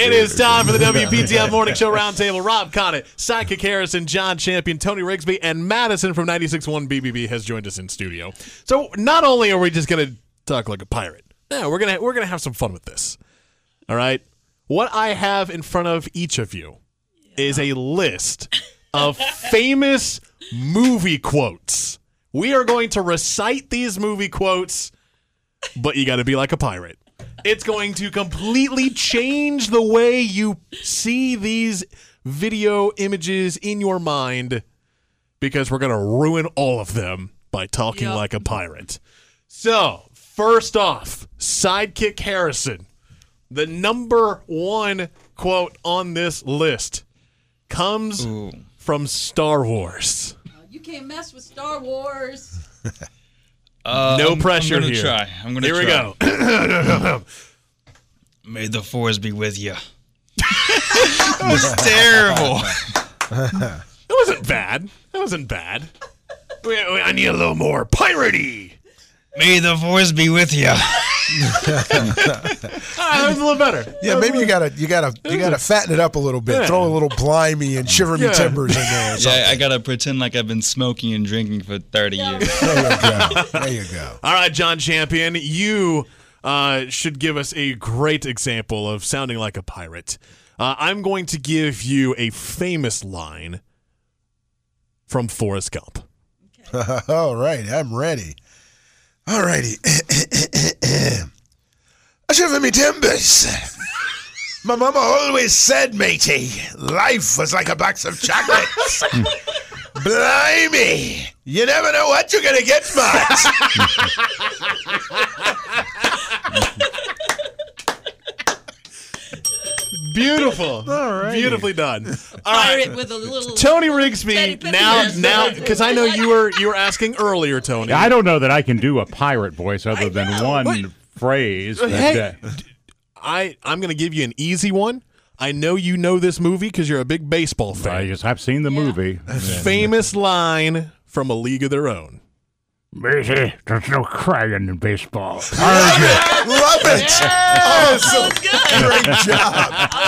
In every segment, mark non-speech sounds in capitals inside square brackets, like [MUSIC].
It is time for the WPTF Morning Show Roundtable. Rob Connett, Sidekick Harrison, John Champion, Tony Rigsby, and Madison from 96.1 BBB has joined us in studio. So not only are we just going to talk like a pirate, no, we're gonna we're gonna have some fun with this. All right, what I have in front of each of you is a list of famous movie quotes. We are going to recite these movie quotes, but you got to be like a pirate. It's going to completely change the way you see these video images in your mind because we're going to ruin all of them by talking Yep. like a pirate. So, first off, Sidekick Harrison, the number one quote on this list comes from Star Wars. You can't mess with Star Wars. Uh, No I'm, pressure I'm gonna here. Try. I'm gonna Here we try. go. May the force be with [LAUGHS] you. it was terrible. That wasn't bad. That wasn't bad. We- we- I need a little more piratey. [LAUGHS] May the force be with [LAUGHS] you. Ah, that was a little better. Yeah, maybe you gotta you gotta you gotta fatten it up a little bit. Yeah. Throw a little blimey and shiver me Yeah. timbers in there. Or Yeah, something. I gotta pretend like I've been smoking and drinking for 30 years. there you go. There you go. [LAUGHS] All right, John Champion, you uh, should give us a great example of sounding like a pirate. Uh, I'm going to give you a famous line from Forrest Gump. All right, I'm ready. All righty. [CLEARS THROAT] Shiver me timbers. My mama always said, matey, life was like a box of chocolates. Blimey, you never know what you're gonna get, Marge. Beautiful. All right. Beautifully done. All right. Pirate with a little. [LAUGHS] Tony Teddy Rigsby, Pendergrass. now, now, because I know you were you were asking earlier, Tony. I don't know that I can do a pirate voice other than one phrase. but, Hey. uh, I I'm going to give you an easy one. I know you know this movie because you're a big baseball I fan. guess I've seen the movie. Famous line from A League of Their Own. Maisie, there's no crying in [LAUGHS] baseball. Love it. Awesome. [LAUGHS] That's good.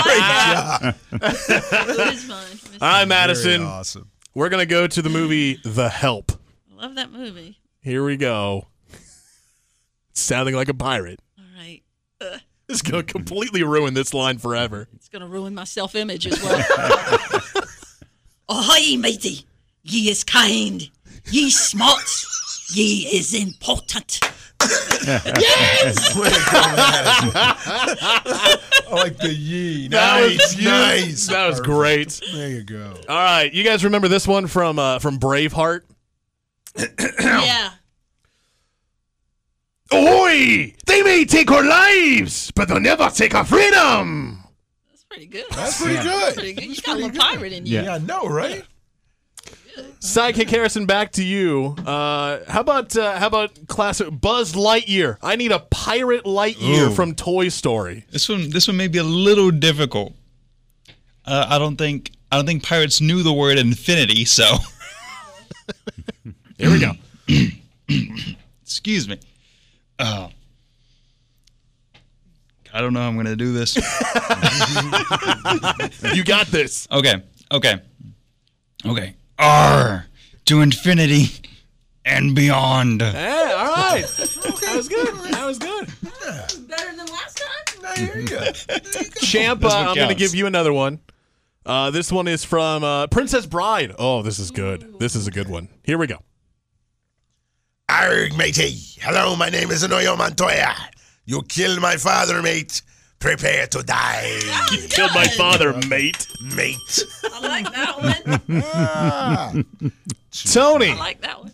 Great job. It is mine. It is All mine. right, Ah. Madison, Very awesome. we're going to go to the movie The Help. I love that movie. Here we go. Sounding like a pirate. All right. Uh, It's going to completely ruin this line forever. it's going to ruin my self image as well. [LAUGHS] Ahoy, matey. Ye is kind. Ye smart. Ye is important. I like the ye. nice. That was great. There you go. All right, you guys remember this one from uh, from Braveheart? yeah. Oi! They may take our lives, but they'll never take our freedom. That's pretty good. That's pretty That's good. pretty good. You That's got a pretty little pirate in you. Yeah, I know, right? Sidekick Harrison, back to you. Uh, how about uh, how about classic Buzz Lightyear? I need a pirate Lightyear Ooh. from Toy Story. This one, this one may be a little difficult. Uh, I don't think, I don't think pirates knew the word infinity. [LAUGHS] So, Here we go. [CLEARS THROAT] excuse me. Oh. I don't know how I'm gonna do this. you got [LAUGHS] this. Okay. Okay. Okay. R to infinity and beyond. Hey, Eh, all right. That was good. That was good. Better than last time? I Mm-hmm. hear you. Champa, That's what I'm going to counts. give you another one. Uh, this one is from uh, Princess Bride. Oh, this is good. This is a good one. Here we go. Arg, matey. Hello, my name is Anoyo Montoya. You killed my father, mate. Prepare to die, Killed my father, mate. mate. I like that [LAUGHS] one. Ah. Tony. I like that one.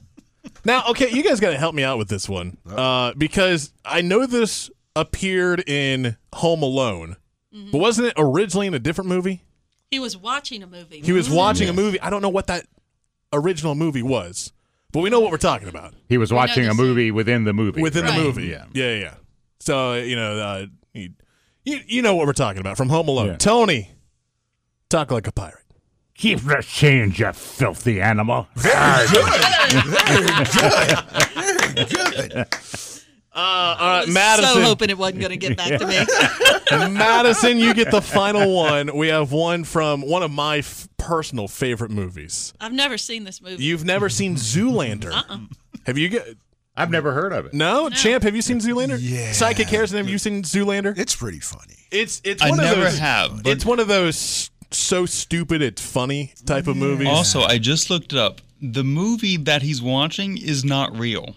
Now, okay, you guys got to help me out with this one Oh. uh, because I know this appeared in Home Alone, but wasn't it originally in a different movie? He was watching a movie. He Mm. was watching a movie. I don't know what that original movie was, but we know what we're talking about He was watching a this- movie within the movie. within Right. the movie. Yeah. yeah, yeah. So you know, uh, you, you you know what we're talking about from Home Alone. Yeah. Tony, talk like a pirate. Keep the change, you filthy animal. Ah, Very good. Very good. Very good. Uh, all right, So Madison. hoping it wasn't going to get back to [LAUGHS] me. Madison, you get the final one. We have one from one of my f- personal favorite movies. I've never seen this movie. You've never seen Zoolander. Have you? Get, I've never heard of it. no? champ. Have you seen Zoolander? Yeah. Psychic Harrison. Have you seen Zoolander? It's pretty funny. It's it's I one of never those, have, but- It's one of those s- so stupid it's funny type of movies. Also, I just looked it up. The movie that he's watching is not real.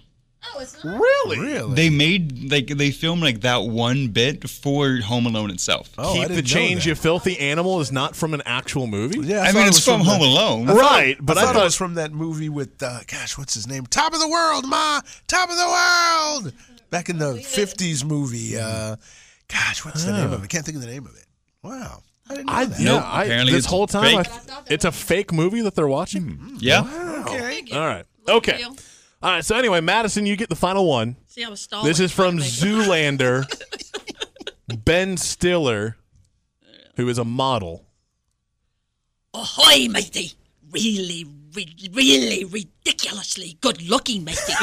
Really? Really? They made like they filmed like that one bit for Home Alone itself. Oh, I Keep the didn't know change, that. you filthy animal, is not from an actual movie. Yeah, I thought mean, it it's was from Home the- Alone. Right, but I thought, it was from that movie with uh, gosh, what's his name? Top of the World, Ma. Top of the World. Back in the '50s movie. Uh, gosh, what's the name of it? I can't think of the name of it. Wow, I didn't know I, that. yeah, Nope, I, apparently this it's whole time, I- fake. it's a fake movie that they're watching. Yeah. Okay. All right. Look Okay. real. All right. So anyway, Madison, you get the final one. See, I was stalling. This is from Zoolander. Zoolander. ben Stiller, who is a model. Ahoy, matey. Really, re- [LAUGHS] really ridiculously good looking, matey.